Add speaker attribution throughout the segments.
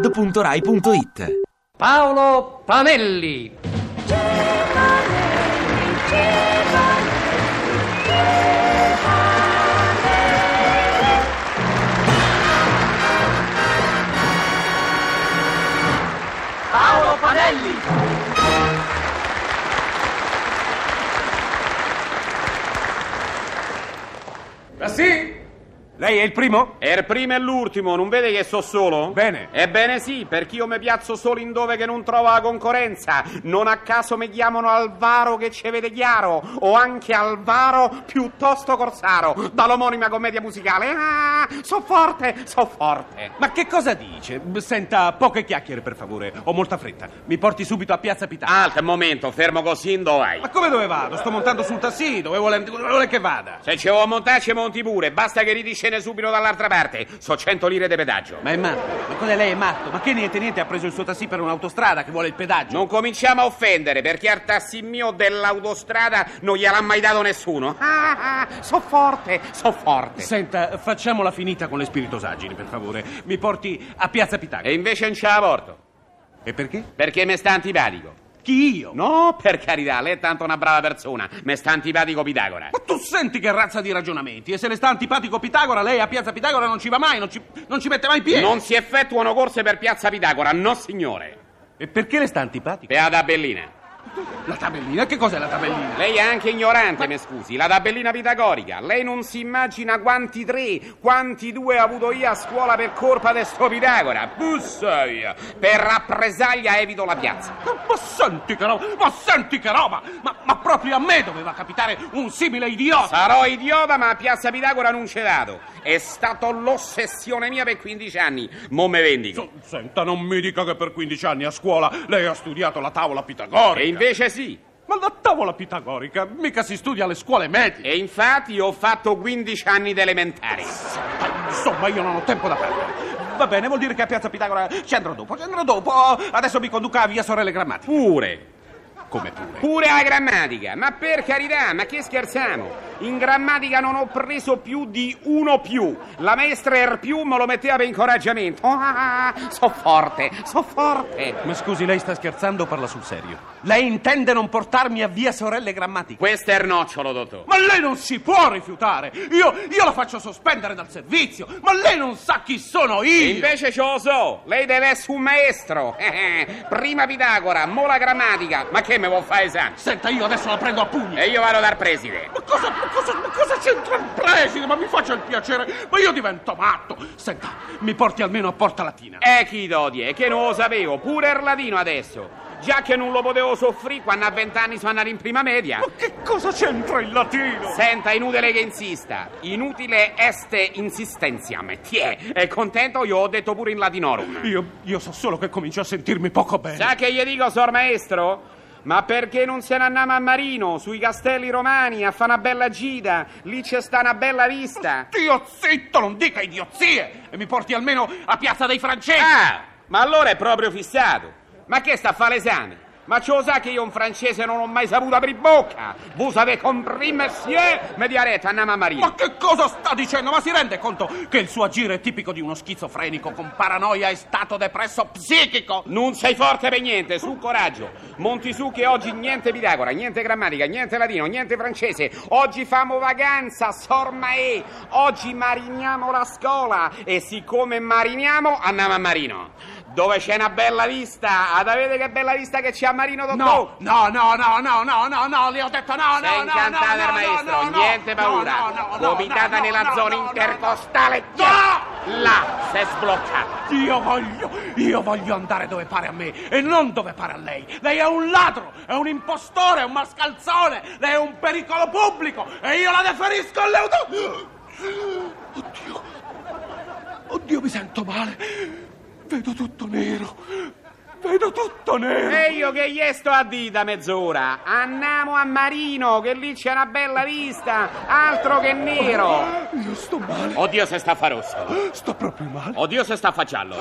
Speaker 1: radio2pod.rai.it
Speaker 2: Paolo Panelli. Paolo Panelli.
Speaker 3: Ma Ah, sì? Lei è il primo?
Speaker 4: Er primo e l'ultimo, non vede che so solo?
Speaker 3: Bene.
Speaker 4: Ebbene sì, perché io mi piazzo solo in dove che non trova la concorrenza. Non a caso mi chiamano Alvaro che ci vede chiaro, o anche Alvaro piuttosto Corsaro, dall'omonima commedia musicale. Ah, so forte, so forte.
Speaker 3: Ma che cosa dice? B- Senta, poche chiacchiere per favore, ho molta fretta. Mi porti subito a Piazza Pità.
Speaker 4: Alto, un momento, fermo così in dove vai?
Speaker 3: Ma come dove vado? Sto montando sul tassì, dove vuole, dove vuole che vada?
Speaker 4: Se ci vuoi montare, ci monti pure, basta che ridiscende subito dall'altra parte. So 100 lire di pedaggio.
Speaker 3: Ma è matto, ma cos'è lei è matto? Ma che niente niente ha preso il suo tassì per un'autostrada che vuole il pedaggio?
Speaker 4: Non cominciamo a offendere, perché al tassi mio dell'autostrada non gliel'ha mai dato nessuno. Ah, ah, so forte, so forte.
Speaker 3: Senta, facciamola finita con le spiritosaggini, per favore. Mi porti a Piazza Pità.
Speaker 4: E invece non ce la porto,
Speaker 3: E perché?
Speaker 4: perché mi sta antipatico.
Speaker 3: Chi io?
Speaker 4: No, per carità, lei è tanto una brava persona, mi sta antipatico Pitagora.
Speaker 3: Ma tu senti che razza di ragionamenti? E se le sta antipatico Pitagora, lei a Piazza Pitagora non ci va mai, non ci, non ci mette mai piede.
Speaker 4: Non si effettuano corse per piazza Pitagora, no signore.
Speaker 3: E perché le sta antipatico?
Speaker 4: Beata Bellina.
Speaker 3: La tabellina? Che cos'è la tabellina?
Speaker 4: Lei è anche ignorante, mi scusi, la tabellina pitagorica. Lei non si immagina quanti tre, quanti due ho avuto io a scuola per colpa di sto Pitagora. Bussa via. Per rappresaglia evito la piazza.
Speaker 3: Ma senti che roba! Ma senti che roba! Ma, ma proprio a me doveva capitare un simile idiota!
Speaker 4: Sarò idiota, ma a Piazza Pitagora non c'è dato. È stato l'ossessione mia per 15 anni. Mo me vendico.
Speaker 3: S- Senta, non mi dica che per 15 anni a scuola lei ha studiato la tavola
Speaker 4: E
Speaker 3: pitagorica.
Speaker 4: invece sì.
Speaker 3: Ma la tavola pitagorica mica si studia alle scuole medie.
Speaker 4: E infatti ho fatto 15 anni di elementari.
Speaker 3: Insomma, io non ho tempo da perdere. Va bene, vuol dire che a Piazza Pitagora ci andrò dopo, ci andrò dopo. Adesso mi conduca a via Sorelle Grammatiche.
Speaker 4: Pure.
Speaker 3: Come pure.
Speaker 4: Pure alla grammatica. Ma per carità, ma che scherziamo? In grammatica non ho preso più di uno più. La maestra er più me lo metteva per incoraggiamento. Ah, so forte, so forte.
Speaker 3: Ma scusi, lei sta scherzando o parla sul serio? Lei intende non portarmi a via Sorelle Grammatiche?
Speaker 4: Questo è il nocciolo, dottore.
Speaker 3: Ma lei non si può rifiutare! Io, io la faccio sospendere dal servizio! Ma lei non sa chi sono io!
Speaker 4: E invece ce lo so, lei deve essere un maestro. Prima Pitagora, mo la grammatica. Ma che me vuol fare esame?
Speaker 3: Senta, io adesso la prendo a pugni!
Speaker 4: E io vado dal preside.
Speaker 3: Ma cosa, ma cosa, ma cosa c'entra il preside? Ma mi faccia il piacere! Ma io divento matto! Senta, mi porti almeno a Porta Latina!
Speaker 4: E chi dodi, è che non lo sapevo, pure il latino adesso. Già che non lo potevo soffrire quando a vent'anni sono andato in prima media.
Speaker 3: Ma che cosa c'entra il latino?
Speaker 4: Senta, inutile che insista. Inutile est insistenziam. Tiè, è contento, io ho detto pure in latinorum.
Speaker 3: Io, io so solo che comincio a sentirmi poco bene.
Speaker 4: Sa che gli dico, sor maestro? Ma perché non se ne andiamo a Marino, sui castelli romani, a fa una bella gita? Lì c'è sta una bella vista.
Speaker 3: Dio zitto, non dica idiozie! E mi porti almeno a Piazza dei Francesi!
Speaker 4: Ah, ma allora è proprio fissato. Ma che sta a fare l'esame? Ma ce lo sa che io un francese non ho mai saputo aprire bocca? Vous avez compris, monsieur? Mi dia retta, andiamo a Marino.
Speaker 3: Ma che cosa sta dicendo? Ma si rende conto che il suo agire è tipico di uno schizofrenico con paranoia e stato depresso psichico?
Speaker 4: Non sei forte per niente, su coraggio. Monti su che oggi niente Pitagora, niente grammatica, niente latino, niente francese. Oggi famo vacanza, sorma e. Oggi mariniamo la scuola e siccome mariniamo andiamo a Marino. Dove c'è una bella vista? Ah, Sapete che bella vista che c'è a Marino Dottor?
Speaker 3: No, no, no, no, no, no, no, no, le ho detto no, no,
Speaker 4: Sei
Speaker 3: no, no,
Speaker 4: incantata
Speaker 3: no,
Speaker 4: il maestro,
Speaker 3: no, no,
Speaker 4: niente
Speaker 3: no,
Speaker 4: paura.
Speaker 3: no, no, no,
Speaker 4: Vomitata
Speaker 3: no,
Speaker 4: nella
Speaker 3: no,
Speaker 4: zona
Speaker 3: no, no,
Speaker 4: intercostale.
Speaker 3: no,
Speaker 4: Là, si è sbloccata.
Speaker 3: no. Io voglio, io voglio andare dove pare a me e non dove pare a lei. Lei è un ladro, è un impostore, è un mascalzone, lei è un pericolo pubblico e io la deferisco all'euto... Oddio, oddio mi sento male, vedo tutto nero, vedo tutto nero.
Speaker 4: E io che gli sto a dita mezz'ora. Andiamo a Marino, che lì c'è una bella vista. Altro che nero.
Speaker 3: Io sto male,
Speaker 4: Oddio se sta a fa rosso.
Speaker 3: sto proprio male,
Speaker 4: Oddio se sta a fa giallo.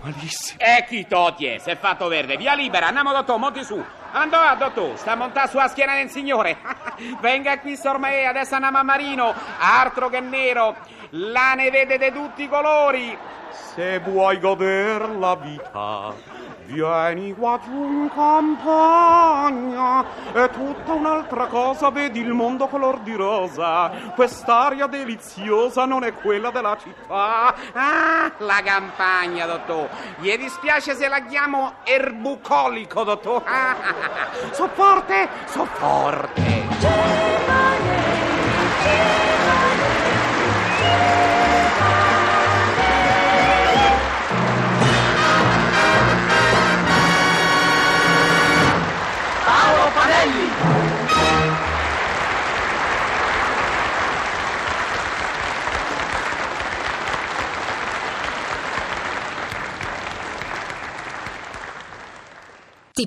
Speaker 3: malissimo.
Speaker 4: E chi totie? Si è fatto verde. Via libera, andiamo dottore, monti su. Andò a dottore, sta montà sulla schiena del signore. Venga qui, sormai, adesso andiamo a Marino. Altro che nero. La ne vedete tutti i colori.
Speaker 3: Se vuoi goder la vita, vieni qua giù in campagna e tutta un'altra cosa, vedi il mondo color di rosa. Quest'aria deliziosa non è quella della città.
Speaker 4: Ah, la campagna, dottor. Gli dispiace se la chiamo erbucolico, dottor. Ah, ah, ah. So forte, so forte.
Speaker 2: Paolo Panelli.
Speaker 1: Ti